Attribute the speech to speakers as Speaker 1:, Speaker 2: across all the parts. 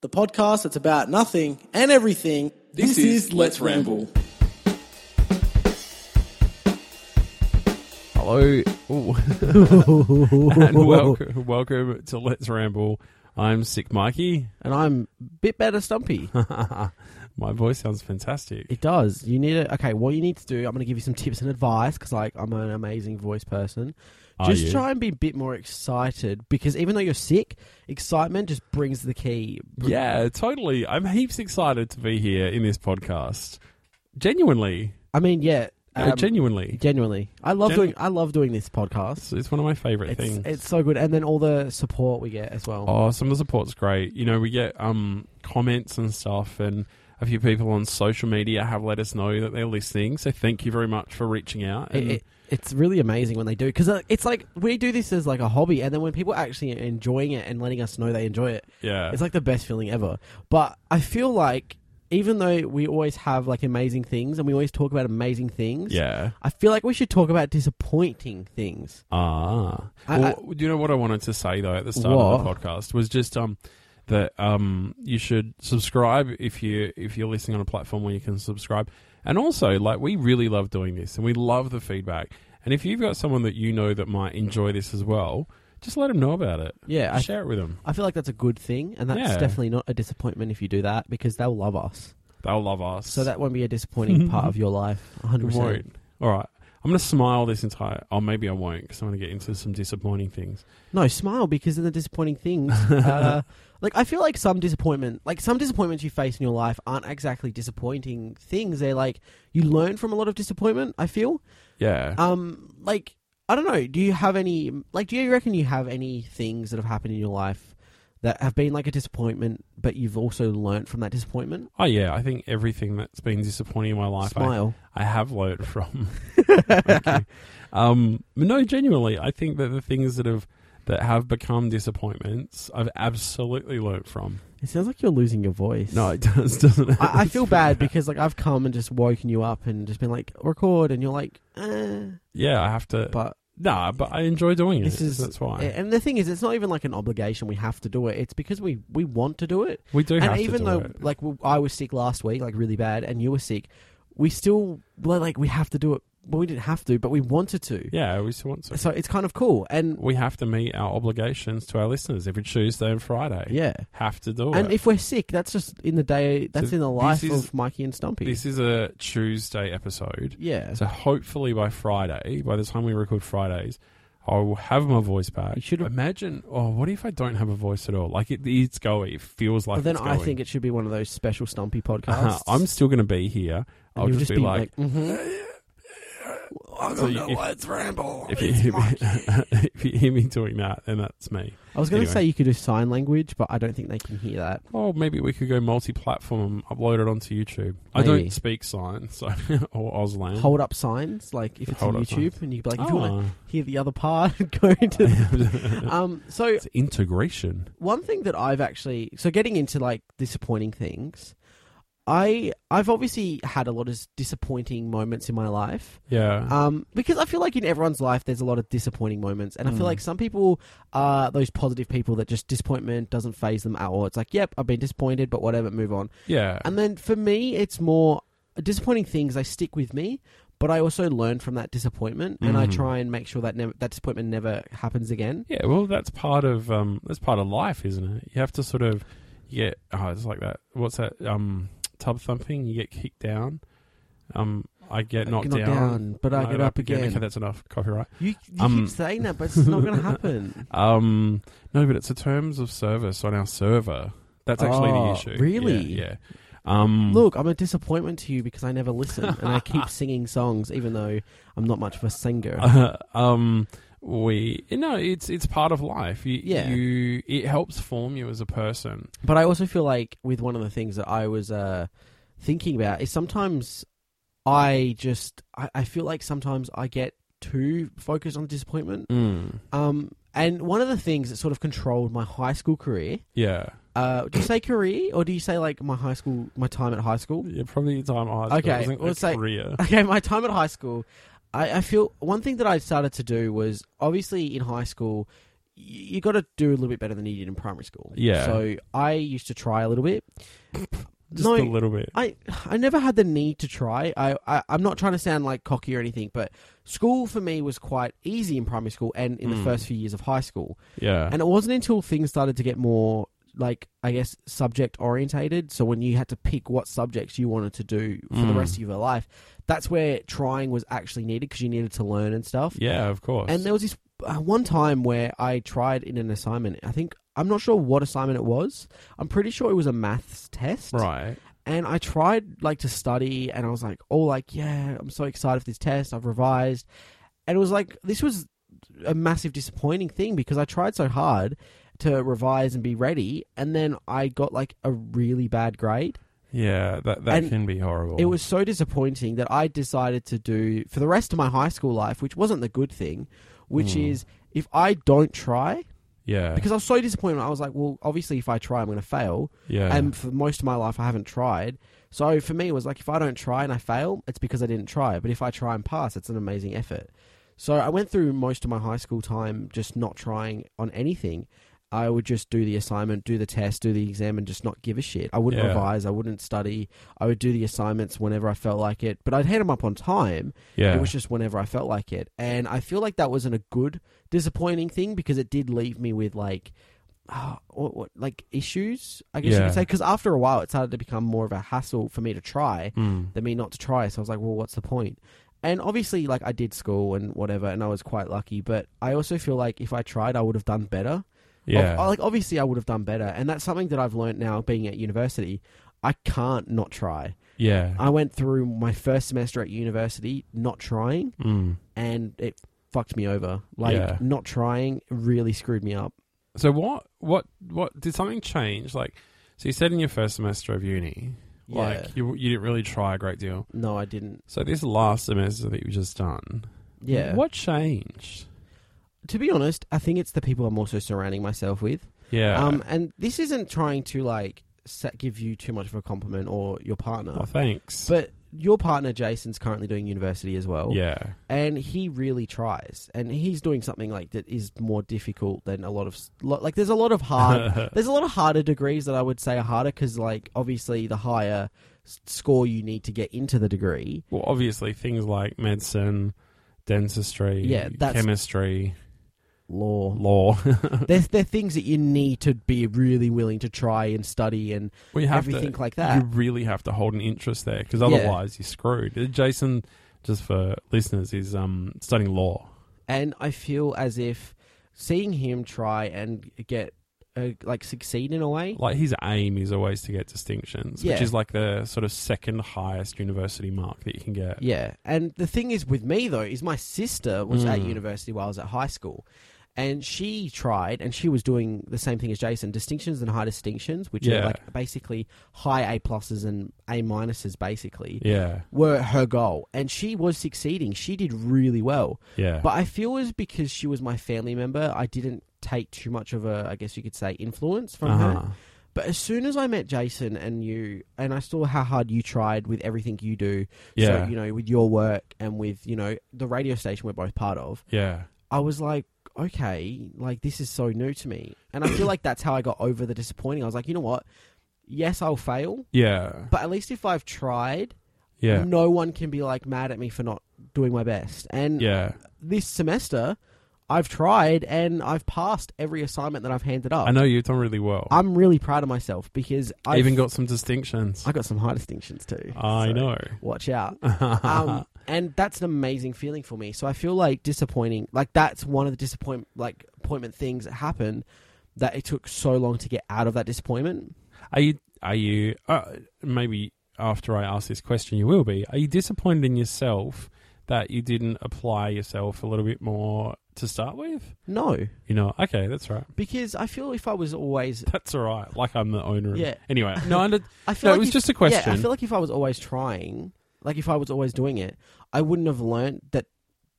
Speaker 1: the podcast that's about nothing and everything.
Speaker 2: This, is Let's Ramble.
Speaker 3: Hello, Ooh. and welcome, welcome to Let's Ramble. I'm Sick Mikey.
Speaker 4: and I'm a bit better stumpy.
Speaker 3: My voice sounds fantastic.
Speaker 4: it does. You need to okay. What you need to do, I'm going to give you some tips and advice because like I'm an amazing voice person.
Speaker 3: Are
Speaker 4: Just
Speaker 3: you?
Speaker 4: try and be a bit more excited because even though you're sick, excitement just brings the key.
Speaker 3: Yeah, totally. I'm heaps excited to be here in this podcast. Genuinely,
Speaker 4: I mean, yeah,
Speaker 3: No,
Speaker 4: um,
Speaker 3: genuinely,
Speaker 4: genuinely, I love
Speaker 3: Genu-
Speaker 4: doing. I love doing this podcast.
Speaker 3: it's, it's one of my favorite
Speaker 4: It's
Speaker 3: things.
Speaker 4: it's so good, and then all the support we get as well.
Speaker 3: Oh, some of the support's great. You know, we get um, comments and stuff, and a few people on social media have let us know that they're listening. So thank you very much for reaching out.
Speaker 4: It,
Speaker 3: And
Speaker 4: it, it's really amazing when they do because it's like we do this as like a hobby, and then when people are actually enjoying it and letting us know they enjoy it,
Speaker 3: yeah,
Speaker 4: It's like the best feeling ever. But I feel like even though we always have like amazing things and we always talk about amazing things,
Speaker 3: yeah.
Speaker 4: I feel like we should talk about disappointing things.
Speaker 3: Ah,
Speaker 4: I-
Speaker 3: well, do you know what I wanted to say though at the start of the
Speaker 4: What?
Speaker 3: podcast was just um that um you should subscribe if you if you're listening on a platform where you can subscribe, and also like we really love doing this and we love the feedback. And if you've got someone that you know that might enjoy this as well, just let them know about it.
Speaker 4: Yeah, I,
Speaker 3: Share it with them.
Speaker 4: I feel like that's a good thing, and that's
Speaker 3: Yeah.
Speaker 4: definitely not a disappointment if you do that because they'll love us.
Speaker 3: They'll love us.
Speaker 4: So that won't be a disappointing part of your life,
Speaker 3: It
Speaker 4: 100. percent
Speaker 3: won't. All right. I'm going to smile this entire. Oh, maybe I won't because I'm going to get into some disappointing things.
Speaker 4: No, smile because in the disappointing things, uh, like I feel like some disappointment, like some disappointments you face in your life aren't exactly disappointing things. They're like you learn from a lot of disappointment. I feel.
Speaker 3: Yeah.
Speaker 4: um like i don't know do you have any like do you reckon you have any things that have happened in your life that have been like a disappointment but you've also learnt from that disappointment
Speaker 3: oh, yeah. I think everything that's been disappointing in my life, eh? I
Speaker 4: smile
Speaker 3: I have learned from. Thank you. Um, no, genuinely, I think that the things that have that have become disappointments, I've absolutely learned from.
Speaker 4: it sounds like you're losing your voice
Speaker 3: No, it does, doesn't it?
Speaker 4: I, I feel bad because like i've come and just woken you up and just been like record and you're like eh.
Speaker 3: yeah, I have to.
Speaker 4: but
Speaker 3: nah, but I enjoy doing it.
Speaker 4: This is-
Speaker 3: that's why
Speaker 4: and the thing is it's not even like an obligation we have to do it it's because we we want to do it
Speaker 3: we do have
Speaker 4: and even
Speaker 3: to do
Speaker 4: though
Speaker 3: it.
Speaker 4: like w- I was sick last week, like really bad, and you were sick, we still well, like we have to do it. Well, we didn't have to, but we wanted to.
Speaker 3: Yeah, we still want to.
Speaker 4: So it's kind of cool, and
Speaker 3: We have to meet our obligations to our listeners every Tuesday and Friday.
Speaker 4: yeah,
Speaker 3: Have to do
Speaker 4: and
Speaker 3: it.
Speaker 4: if we're sick, that's just in the day. That's
Speaker 3: So
Speaker 4: in the
Speaker 3: this
Speaker 4: life
Speaker 3: is-
Speaker 4: of Mikey and Stumpy.
Speaker 3: This is a Tuesday episode.
Speaker 4: yeah,
Speaker 3: So hopefully by Friday, by the time we record Fridays, I will have my voice back.
Speaker 4: You should have-
Speaker 3: imagine. Oh, what if I don't have a voice at all? Like it, it's going. It feels like.
Speaker 4: but then
Speaker 3: it's
Speaker 4: I
Speaker 3: going.
Speaker 4: think it should be one of those special Stumpy podcasts.
Speaker 3: Uh-huh. I'm still going to be here.
Speaker 4: And
Speaker 3: I'll
Speaker 4: you'll
Speaker 3: just, be, like,
Speaker 4: mhm.
Speaker 3: I don't know why it's ramble. If you, hear me, if you hear me doing that, then that's me.
Speaker 4: I was going to
Speaker 3: Anyway.
Speaker 4: say you could do sign language, but I don't think they can hear that.
Speaker 3: Oh, maybe we could go multi-platform and upload it onto YouTube. I
Speaker 4: Maybe.
Speaker 3: don't speak sign, so or Auslan.
Speaker 4: Hold up signs, like if it's
Speaker 3: Hold
Speaker 4: on
Speaker 3: up
Speaker 4: YouTube, and you'd be like, if you want
Speaker 3: Ah.
Speaker 4: to hear the other part, go into. The... Um, so
Speaker 3: it's integration.
Speaker 4: one thing that I've actually so getting into like disappointing things, I I've obviously had a lot of disappointing moments in my life.
Speaker 3: Yeah.
Speaker 4: Um, because I feel like in everyone's life there's a lot of disappointing moments, and I
Speaker 3: Mm.
Speaker 4: feel like some people are those positive people that just disappointment doesn't phase them at all. It's like, yep, I've been disappointed, but whatever, move on.
Speaker 3: yeah.
Speaker 4: And then for me, it's more disappointing things. They stick with me, but I also learn from that disappointment, and I
Speaker 3: Mhm.
Speaker 4: try and make sure that never that disappointment never happens again.
Speaker 3: Yeah, well, that's part of um, that's part of life, isn't it? You have to sort of you get oh, it's like that. What's that? Um, tub thumping. You get kicked down. Um, I get
Speaker 4: I
Speaker 3: knocked,
Speaker 4: get knocked down, but I
Speaker 3: No,
Speaker 4: get up again.
Speaker 3: Okay, that's enough. Copyright.
Speaker 4: You, you
Speaker 3: Um,
Speaker 4: keep saying that, but it's not going to happen.
Speaker 3: Um, no, but it's the terms of service on our server. That's actually the
Speaker 4: Oh,
Speaker 3: issue.
Speaker 4: really?
Speaker 3: Yeah. yeah. Um,
Speaker 4: Look, I'm a disappointment to you because I never listen and I keep singing songs, even though I'm not much of a singer.
Speaker 3: Uh, um, we no, it's it's part of life. You,
Speaker 4: Yeah.
Speaker 3: You it helps form you as a person.
Speaker 4: But I also feel like with one of the things that I was uh, thinking about is sometimes I just I, I feel like sometimes I get too focused on disappointment.
Speaker 3: Mm.
Speaker 4: Um, and one of the things that sort of controlled my high school career.
Speaker 3: Yeah.
Speaker 4: Uh, do you say career or do you say like my high school, my time at high school?
Speaker 3: Yeah. Probably the time I
Speaker 4: Okay,
Speaker 3: Wasn't
Speaker 4: let's say-
Speaker 3: career.
Speaker 4: Okay, my time at high school, I, I feel one thing that I started to do was obviously in high school, you got to do a little bit better than you did in primary school.
Speaker 3: Yeah.
Speaker 4: So I used to try a little bit.
Speaker 3: Just
Speaker 4: No,
Speaker 3: a little bit.
Speaker 4: I I never had the need to try. I, I I'm not trying to sound like cocky or anything, but school for me was quite easy in primary school and in the
Speaker 3: Mm.
Speaker 4: first few years of high school.
Speaker 3: yeah.
Speaker 4: And it wasn't until things started to get more like I guess subject orientated. So when you had to pick what subjects you wanted to do for the
Speaker 3: Mm.
Speaker 4: rest of your life, that's where trying was actually needed because you needed to learn and stuff.
Speaker 3: yeah, of course.
Speaker 4: And there was this uh, one time where I tried in an assignment. I think I'm not sure what assignment it was. I'm pretty sure it was a maths test.
Speaker 3: right.
Speaker 4: And I tried like to study, and I was like, oh, like yeah, I'm so excited for this test. I've revised, and it was like this was a massive disappointing thing because I tried so hard to revise and be ready, and then I got like a really bad grade.
Speaker 3: Yeah, that that
Speaker 4: And
Speaker 3: can be horrible.
Speaker 4: It was so disappointing that I decided to do for the rest of my high school life, which wasn't the good thing, which
Speaker 3: Mm.
Speaker 4: is if I don't try,
Speaker 3: yeah,
Speaker 4: because I was so disappointed. I was like, well, obviously, if I try, I'm going to fail.
Speaker 3: yeah,
Speaker 4: And for most of my life, I haven't tried. So for me, it was like, if I don't try and I fail, it's because I didn't try. But if I try and pass, it's an amazing effort. So I went through most of my high school time just not trying on anything. I would just do the assignment, do the test, do the exam, and just not give a shit. I wouldn't
Speaker 3: Yeah.
Speaker 4: revise. I wouldn't study. I would do the assignments whenever I felt like it. But I'd hand them up on time.
Speaker 3: yeah,
Speaker 4: It was just whenever I felt like it. And I feel like that wasn't a good, disappointing thing because it did leave me with like, uh, what, what, like issues, I guess you
Speaker 3: Yeah.
Speaker 4: could say. Because after a while, it started to become more of a hassle for me to try
Speaker 3: Mm.
Speaker 4: than me not to try. So I was like, well, what's the point? And obviously, like, I did school and whatever, and I was quite lucky. But I also feel like if I tried, I would have done better.
Speaker 3: yeah,
Speaker 4: Ob- like obviously I would have done better, and that's something that I've learned now being at university. I can't not try.
Speaker 3: yeah.
Speaker 4: I went through my first semester at university not trying,
Speaker 3: Mm.
Speaker 4: and it fucked me over. Like
Speaker 3: Yeah.
Speaker 4: not trying really screwed me up.
Speaker 3: So what? What? What? Did something change? Like, so you said in your first semester of uni,
Speaker 4: Yeah.
Speaker 3: like you you didn't really try a great deal.
Speaker 4: No, I didn't.
Speaker 3: So this last semester that you've just done,
Speaker 4: Yeah.
Speaker 3: what changed?
Speaker 4: To be honest, I think it's the people I'm also surrounding myself with.
Speaker 3: Yeah.
Speaker 4: Um, and this isn't trying to like sa- give you too much of a compliment or your partner,
Speaker 3: oh, thanks.
Speaker 4: but your partner Jason's currently doing university as well.
Speaker 3: yeah,
Speaker 4: and he really tries and he's doing something like that is more difficult than a lot of s- lo- like there's a lot of hard there's a lot of harder degrees that i would say are harder because like obviously the higher s- score you need to get into the degree
Speaker 3: well, obviously things like medicine, dentistry,
Speaker 4: Yeah, that's-
Speaker 3: chemistry,
Speaker 4: law
Speaker 3: law.
Speaker 4: there's there are things that you need to be really willing to try and study and
Speaker 3: we have
Speaker 4: everything
Speaker 3: to,
Speaker 4: like that
Speaker 3: You really have to hold an interest there because
Speaker 4: Yeah.
Speaker 3: otherwise you're screwed. Uh, Jason, just for listeners, is um, studying law.
Speaker 4: and i feel as if seeing him try and get uh, like succeed in a way
Speaker 3: Like his aim is always to get distinctions, which
Speaker 4: Yeah.
Speaker 3: is like the sort of second highest university mark that you can get.
Speaker 4: Yeah, and the thing is with me though is my sister was at
Speaker 3: Mm.
Speaker 4: university while I was at high school, and she tried and she was doing the same thing as Jason: distinctions and high distinctions, which are
Speaker 3: Yeah.
Speaker 4: like basically high A pluses and A minuses, basically.
Speaker 3: Yeah,
Speaker 4: Were her goal, and she was succeeding. She did really well,
Speaker 3: yeah,
Speaker 4: but I feel it was because she was my family member. I didn't take too much of a, I guess you could say, influence from her.
Speaker 3: Uh-huh.
Speaker 4: But as soon as I met Jason and you, and I saw how hard you tried with everything you do,
Speaker 3: Yeah.
Speaker 4: so, you know, with your work and with, you know, the radio station we're both part of,
Speaker 3: yeah,
Speaker 4: I was like, okay, like this is so new to me. And I feel like that's how I got over the disappointing. I was like, you know what? Yes, I'll fail,
Speaker 3: yeah,
Speaker 4: but at least if I've tried,
Speaker 3: yeah,
Speaker 4: no one can be like mad at me for not doing my best. And
Speaker 3: yeah.
Speaker 4: this semester, I've tried and I've passed every assignment that I've handed up.
Speaker 3: I know you've done really well. i
Speaker 4: I'm really proud of myself because Uh, I've
Speaker 3: even got some distinctions.
Speaker 4: I got some high distinctions too.
Speaker 3: I
Speaker 4: so
Speaker 3: know.
Speaker 4: Watch out. Um, and that's an amazing feeling for me. So I feel like disappointing. Like that's one of the disappoint like appointment things that happened. That it took so long to get out of that disappointment.
Speaker 3: Are you? Are you? Uh, maybe after I ask this question, you will be. Are you disappointed in yourself that you didn't apply yourself a little bit more to start with?
Speaker 4: No,
Speaker 3: You know, okay, that's right.
Speaker 4: because I feel if I was always,
Speaker 3: That's all right. Like I'm the owner. Of
Speaker 4: Yeah.
Speaker 3: Anyway, no, I did-
Speaker 4: I feel
Speaker 3: no.
Speaker 4: like
Speaker 3: It was
Speaker 4: if-
Speaker 3: just a question.
Speaker 4: Yeah, I feel like if I was always trying, like if I was always doing it, I wouldn't have learned that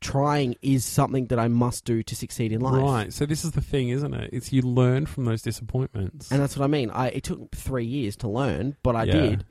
Speaker 4: trying is something that I must do to succeed in life.
Speaker 3: Right. So this is the thing, isn't it? It's you learn from those disappointments.
Speaker 4: And that's what I mean. I it took three years to learn, but I
Speaker 3: Yeah.
Speaker 4: did.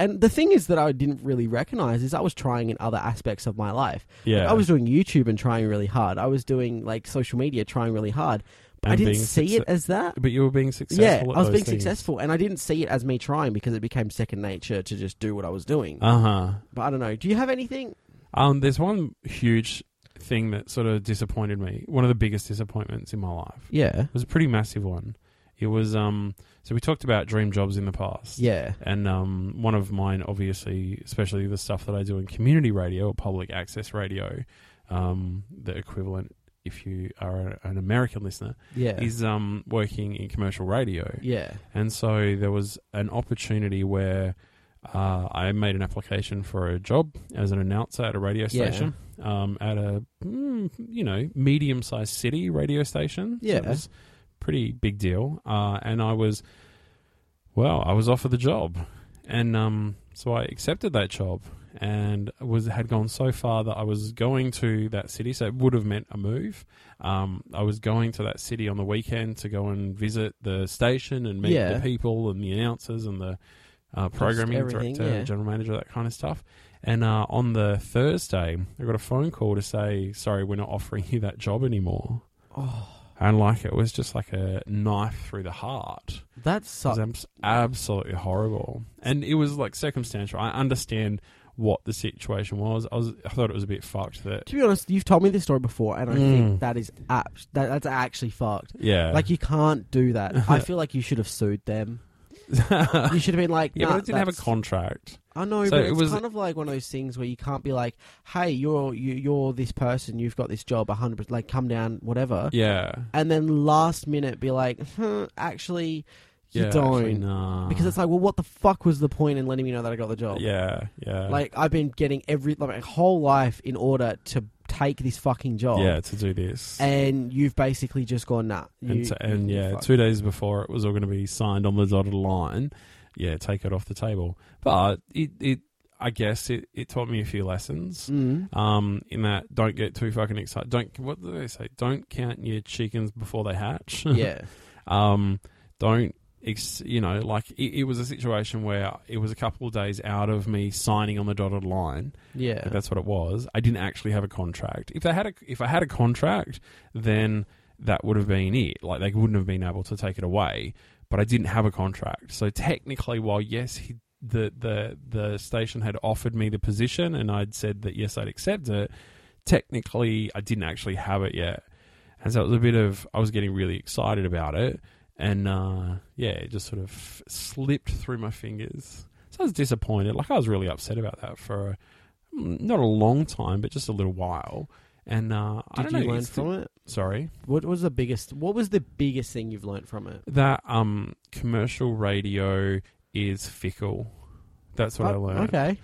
Speaker 4: And the thing is that I didn't really recognize is I was trying in other aspects of my life.
Speaker 3: yeah.
Speaker 4: I was doing YouTube and trying really hard. I was doing like social media, trying really hard.
Speaker 3: and
Speaker 4: I didn't
Speaker 3: being
Speaker 4: see
Speaker 3: succe-
Speaker 4: it as that.
Speaker 3: But you were being successful.
Speaker 4: Yeah,
Speaker 3: at
Speaker 4: I was
Speaker 3: those
Speaker 4: being
Speaker 3: things.
Speaker 4: successful, and I didn't see it as me trying because it became second nature to just do what I was doing.
Speaker 3: Uh huh.
Speaker 4: but I don't know. Do you have anything?
Speaker 3: Um, there's one huge thing that sort of disappointed me. One of the biggest disappointments in my life.
Speaker 4: Yeah,
Speaker 3: It was a pretty massive one. It was um. So we talked about dream jobs in the past.
Speaker 4: yeah,
Speaker 3: And um, one of mine, obviously, especially the stuff that I do in community radio or public access radio, um, the equivalent if you are an American listener,
Speaker 4: yeah,
Speaker 3: is um, working in commercial radio.
Speaker 4: yeah,
Speaker 3: And so there was an opportunity where uh, I made an application for a job as an announcer at a radio
Speaker 4: Yeah.
Speaker 3: station um, at a, mm, you know, medium sized city radio station. So it
Speaker 4: Yeah.
Speaker 3: was pretty big deal. Uh, and I was, well, I was offered the job. And um, so I accepted that job and was had gone so far that I was going to that city. So it would have meant a move. Um, I was going to that city on the weekend to go and visit the station and meet
Speaker 4: Yeah.
Speaker 3: the people and the announcers and the uh, programming
Speaker 4: everything,
Speaker 3: director,
Speaker 4: yeah.
Speaker 3: general manager, that kind of stuff. And uh, on the Thursday, I got a phone call to say, "Sorry, we're not offering you that job anymore."
Speaker 4: Oh,
Speaker 3: And like it was just like a knife through the heart.
Speaker 4: that
Speaker 3: It was
Speaker 4: sucks.
Speaker 3: abs- absolutely horrible, and it was like circumstantial. I understand what the situation was. I was, I thought it was a bit fucked. That
Speaker 4: To be honest, you've told me this story before, and I
Speaker 3: Mm.
Speaker 4: think that is ab- that, that's actually fucked.
Speaker 3: yeah,
Speaker 4: Like you can't do that. I feel like you should have sued them. You should have been like,
Speaker 3: yeah,
Speaker 4: nah,
Speaker 3: but it didn't have a
Speaker 4: that's-
Speaker 3: contract.
Speaker 4: I know,
Speaker 3: So
Speaker 4: but
Speaker 3: it
Speaker 4: it's
Speaker 3: was-
Speaker 4: kind of like one of those things where you can't be like, "Hey, you're you, you're this person. You've got this job. hundred percent. Like, come down, whatever."
Speaker 3: Yeah,
Speaker 4: And then last minute, be like, hmm, "Actually, you
Speaker 3: yeah,
Speaker 4: don't,"
Speaker 3: actually, nah.
Speaker 4: because it's like, "Well, what the fuck was the point in letting me know that I got the job?"
Speaker 3: yeah, yeah,
Speaker 4: Like, I've been getting every like, my whole life in order to take this fucking job.
Speaker 3: yeah, to do this.
Speaker 4: And you've basically just gone, "Nah." You,
Speaker 3: and, so, and
Speaker 4: you
Speaker 3: yeah,
Speaker 4: fuck.
Speaker 3: two days before it was all going to be signed on the dotted line. Yeah, take it off the table. But it, it I guess it, it taught me a few lessons.
Speaker 4: Mm.
Speaker 3: Um, in that don't get too fucking excited. Don't what do they say? Don't count your chickens before they hatch.
Speaker 4: yeah.
Speaker 3: um, don't ex- you know like it, it was a situation where it was a couple of days out of me signing on the dotted line.
Speaker 4: Yeah.
Speaker 3: If that's what it was. I didn't actually have a contract. If they had a, if I had a contract, then that would have been it. Like they wouldn't have been able to take it away. But I didn't have a contract, so technically, while yes, he, the the the station had offered me the position, and I'd said that yes, I'd accept it. Technically, I didn't actually have it yet, and so it was a bit of I was getting really excited about it, and uh, yeah, it just sort of slipped through my fingers. So I was disappointed. Like I was really upset about that for mm, not a long time, but just a little while. And uh, I
Speaker 4: Did
Speaker 3: don't
Speaker 4: you
Speaker 3: know,
Speaker 4: learn
Speaker 3: it's-
Speaker 4: from it?
Speaker 3: sorry
Speaker 4: What was the biggest? What was the biggest thing you've learned from it?
Speaker 3: that um, commercial radio is fickle. That's what I
Speaker 4: Oh,
Speaker 3: learned.
Speaker 4: Okay.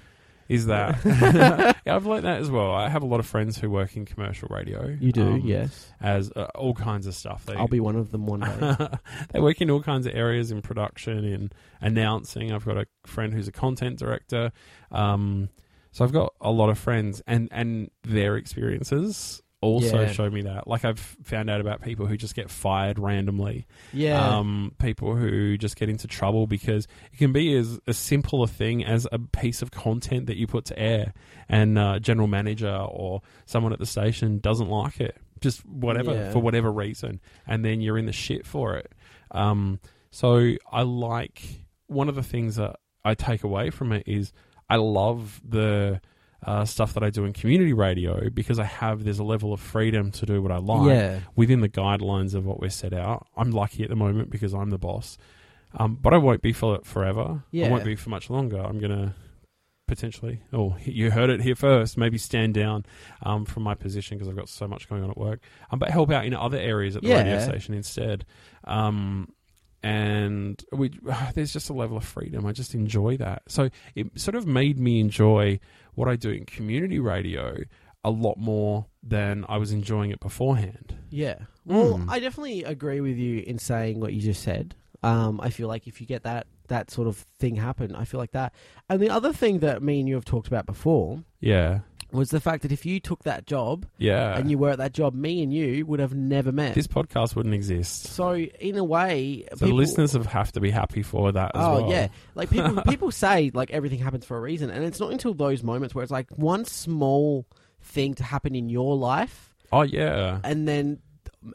Speaker 3: Is that yeah, I've learned that as well. I have a lot of friends who work in commercial radio.
Speaker 4: You do,
Speaker 3: um,
Speaker 4: yes.
Speaker 3: as uh, all kinds of stuff. They,
Speaker 4: I'll be one of them one day.
Speaker 3: they work in all kinds of areas in production, in announcing. I've got a friend who's a content director. Um, so I've got a lot of friends, and, and their experiences also
Speaker 4: Yeah.
Speaker 3: show me that. Like I've found out about people who just get fired randomly,
Speaker 4: yeah.
Speaker 3: um, people who just get into trouble because it can be as as simple a thing as a piece of content that you put to air, and uh, general manager or someone at the station doesn't like it, just whatever
Speaker 4: Yeah.
Speaker 3: for whatever reason, and then you're in the shit for it. Um, so I like one of the things that I take away from it is I love the. Uh, stuff that I do in community radio because I have there's a level of freedom to do what I like
Speaker 4: yeah.
Speaker 3: within the guidelines of what we're set out. I'm lucky at the moment because I'm the boss, um, but I won't be for it forever. I
Speaker 4: Yeah.
Speaker 3: won't be for much longer. I'm gonna potentially. Oh, you heard it here first. Maybe stand down um, from my position because I've got so much going on at work, um, but help out in other areas at the radio
Speaker 4: Yeah.
Speaker 3: station instead. Um, and we, there's just a level of freedom. I just enjoy that. So it sort of made me enjoy what I do in community radio a lot more than I was enjoying it beforehand.
Speaker 4: Yeah. Well,
Speaker 3: Mm.
Speaker 4: I definitely agree with you in saying what you just said. Um, I feel like if you get that that sort of thing happen, I feel like that. And the other thing that me and you have talked about before
Speaker 3: Yeah.
Speaker 4: was the fact that if you took that job
Speaker 3: Yeah.
Speaker 4: and you were at that job, me and you would have never met.
Speaker 3: Uh. this podcast wouldn't exist.
Speaker 4: so in a way,
Speaker 3: So
Speaker 4: people,
Speaker 3: listeners have, have to be happy for that as
Speaker 4: oh
Speaker 3: well.
Speaker 4: yeah, like people people say like everything happens for a reason, and it's not until those moments where it's like one small thing to happen in your life,
Speaker 3: Oh yeah.
Speaker 4: and then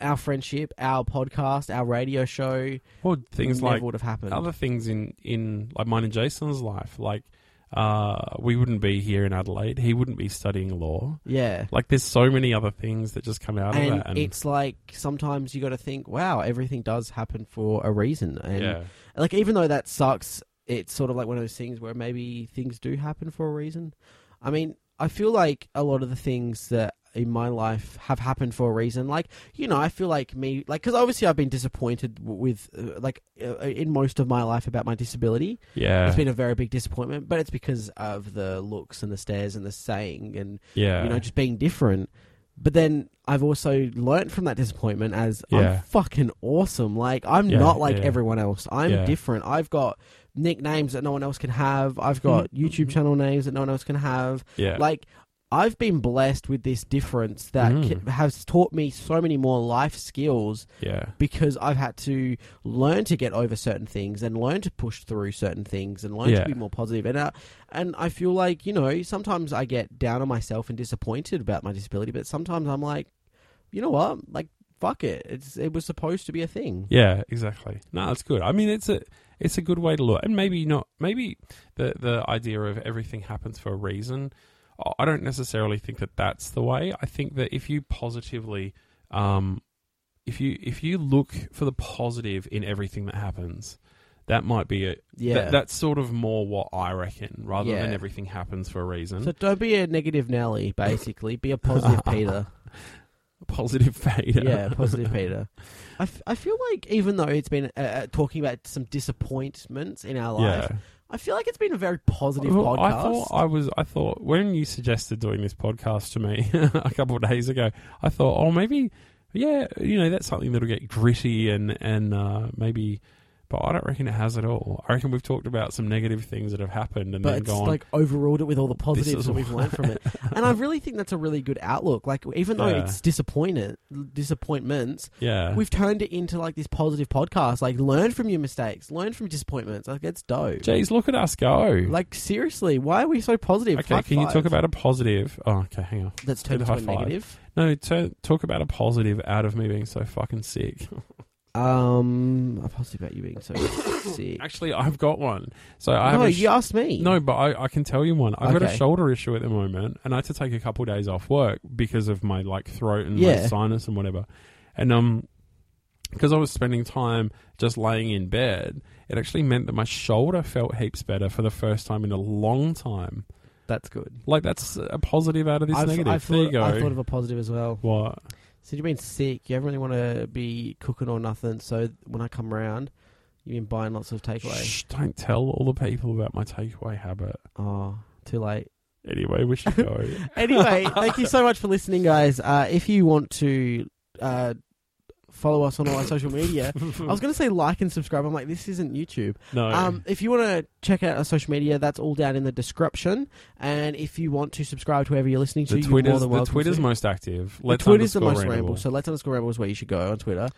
Speaker 4: our friendship, our podcast, our radio show,
Speaker 3: Or things
Speaker 4: never
Speaker 3: like
Speaker 4: would have happened.
Speaker 3: other things in in like mine and Jason's life, like uh, we wouldn't be here in Adelaide. He wouldn't be studying law.
Speaker 4: yeah.
Speaker 3: Like there's so many other things that just come out of
Speaker 4: And
Speaker 3: that. And
Speaker 4: it's like sometimes you got to think, wow, everything does happen for a reason. And
Speaker 3: yeah,
Speaker 4: like even though that sucks, it's sort of like one of those things where maybe things do happen for a reason. I mean, I feel like a lot of the things that in my life have happened for a reason. Like you know, I feel like me, like because obviously I've been disappointed w- with uh, like uh, in most of my life about my disability.
Speaker 3: yeah,
Speaker 4: It's been a very big disappointment, but it's because of the looks and the stares and the saying and
Speaker 3: yeah.
Speaker 4: you know, just being different. But then I've also learnt from that disappointment as I'm
Speaker 3: Yeah.
Speaker 4: fucking awesome. Like I'm
Speaker 3: Yeah,
Speaker 4: not like
Speaker 3: yeah.
Speaker 4: everyone else. I'm
Speaker 3: Yeah.
Speaker 4: different. I've got nicknames that no one else can have. I've got YouTube channel names that no one else can have.
Speaker 3: Mm-hmm. yeah,
Speaker 4: Like I've been blessed with this difference that
Speaker 3: Mm.
Speaker 4: ca- has taught me so many more life skills
Speaker 3: yeah,
Speaker 4: because I've had to learn to get over certain things and learn to push through certain things and learn
Speaker 3: Yeah.
Speaker 4: to be more positive. And I, and I feel like you know sometimes I get down on myself and disappointed about my disability, but sometimes I'm like, you know what, like fuck it, it's it was supposed to be a thing.
Speaker 3: yeah. Exactly. No, that's good. I mean, it's a it's a good way to look, and maybe not. Maybe the the idea of everything happens for a reason. I- I don't necessarily think that that's the way. I think that if you positively, um, if you if you look for the positive in everything that happens, that might be it.
Speaker 4: Yeah.
Speaker 3: That, that's sort of more what I reckon, rather than
Speaker 4: Yeah.
Speaker 3: everything happens for a reason.
Speaker 4: so don't be a negative Nelly, basically. Be a positive Peter.
Speaker 3: positive fate.
Speaker 4: Yeah, positive Peter. I, f- I feel like even though it's been uh, uh, talking about some disappointments in our life,
Speaker 3: yeah.
Speaker 4: I feel like it's been a very positive
Speaker 3: Well,
Speaker 4: podcast.
Speaker 3: I thought I was. I thought when you suggested doing this podcast to me a couple of days ago, I thought, oh, maybe, yeah, you know, that's something that'll get gritty and and uh, maybe. But I don't reckon it has at all. I reckon we've talked about some negative things that have happened and
Speaker 4: but
Speaker 3: then
Speaker 4: it's
Speaker 3: gone.
Speaker 4: like overruled it with all the
Speaker 3: is
Speaker 4: positives that
Speaker 3: all-
Speaker 4: we've learned from it. And I really think that's a really good outlook. Like even though
Speaker 3: Yeah.
Speaker 4: it's disappointed disappointments,
Speaker 3: yeah,
Speaker 4: we've turned it into like this positive podcast. Like learn from your mistakes, learn from disappointments. Like that's dope.
Speaker 3: Jeez, look at us go.
Speaker 4: Like seriously, why are we so positive?
Speaker 3: okay,
Speaker 4: High
Speaker 3: can you
Speaker 4: five.
Speaker 3: talk about a positive? Oh, okay, hang on.
Speaker 4: that's turned
Speaker 3: do
Speaker 4: into
Speaker 3: the
Speaker 4: a
Speaker 3: high five?
Speaker 4: negative?
Speaker 3: No, t- talk about a positive out of me being so fucking sick.
Speaker 4: Um, I'm positive about you being so sick.
Speaker 3: Actually, I've got one. So I have
Speaker 4: no,
Speaker 3: a sh-
Speaker 4: you asked me.
Speaker 3: No, but I, I can tell you one. I've got a
Speaker 4: Okay.
Speaker 3: shoulder issue at the moment, and I had to take a couple days off work because of my like throat and my
Speaker 4: Yeah.
Speaker 3: sinus and whatever. And um, because I was spending time just laying in bed, it actually meant that my shoulder felt heaps better for the first time in a long time.
Speaker 4: that's good.
Speaker 3: Like that's a positive out of this
Speaker 4: I've,
Speaker 3: negative.
Speaker 4: I've
Speaker 3: there
Speaker 4: thought,
Speaker 3: you go.
Speaker 4: I thought of a positive as well.
Speaker 3: what?
Speaker 4: So you've been sick. You haven't really want to be cooking or nothing. So when I come round, you've been buying lots of takeaway.
Speaker 3: Shh, don't tell all the people about my takeaway habit.
Speaker 4: oh, too late.
Speaker 3: Anyway, we should go.
Speaker 4: Anyway, thank you so much for listening, guys. Uh, if you want to uh, follow us on all our social media, I was going to say like and subscribe. I'm like, this isn't YouTube.
Speaker 3: no.
Speaker 4: Um, if you want to check out our social media, that's all down in the description. And if you want to subscribe to whoever you're listening to,
Speaker 3: the
Speaker 4: you're more
Speaker 3: Twitter's,
Speaker 4: than
Speaker 3: the
Speaker 4: welcome.
Speaker 3: Twitter's
Speaker 4: to.
Speaker 3: most active.
Speaker 4: The
Speaker 3: Let's
Speaker 4: Twitter's the most
Speaker 3: underscore
Speaker 4: ramble.
Speaker 3: ramble.
Speaker 4: so let's underscore ramble is where you should go on Twitter.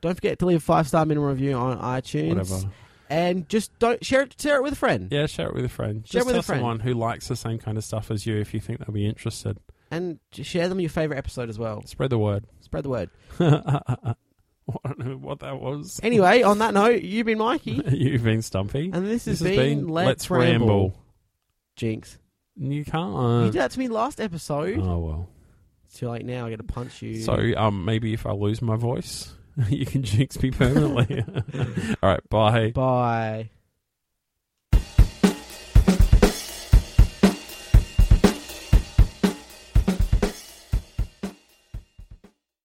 Speaker 4: Don't forget to leave a five star minimum review on iTunes.
Speaker 3: Whatever.
Speaker 4: and just don't share it. Share it with a friend.
Speaker 3: Yeah, share it with a friend.
Speaker 4: Share it
Speaker 3: Just
Speaker 4: with
Speaker 3: tell
Speaker 4: a friend.
Speaker 3: someone who likes the same kind of stuff as you if you think they'll be interested.
Speaker 4: and just share them your favorite episode as well.
Speaker 3: Spread the word.
Speaker 4: Spread the word.
Speaker 3: I don't know what that was.
Speaker 4: Anyway, on that note, you've been Mikey,
Speaker 3: You've been Stumpy.
Speaker 4: and this,
Speaker 3: This
Speaker 4: has, been, Let's, Ramble. Jinx,
Speaker 3: You
Speaker 4: you
Speaker 3: can't.
Speaker 4: did that to me last episode.
Speaker 3: oh, well.
Speaker 4: It's too late now. I got to punch you.
Speaker 3: So um, maybe if I lose my voice, you can jinx me permanently. All right, bye.
Speaker 4: Bye.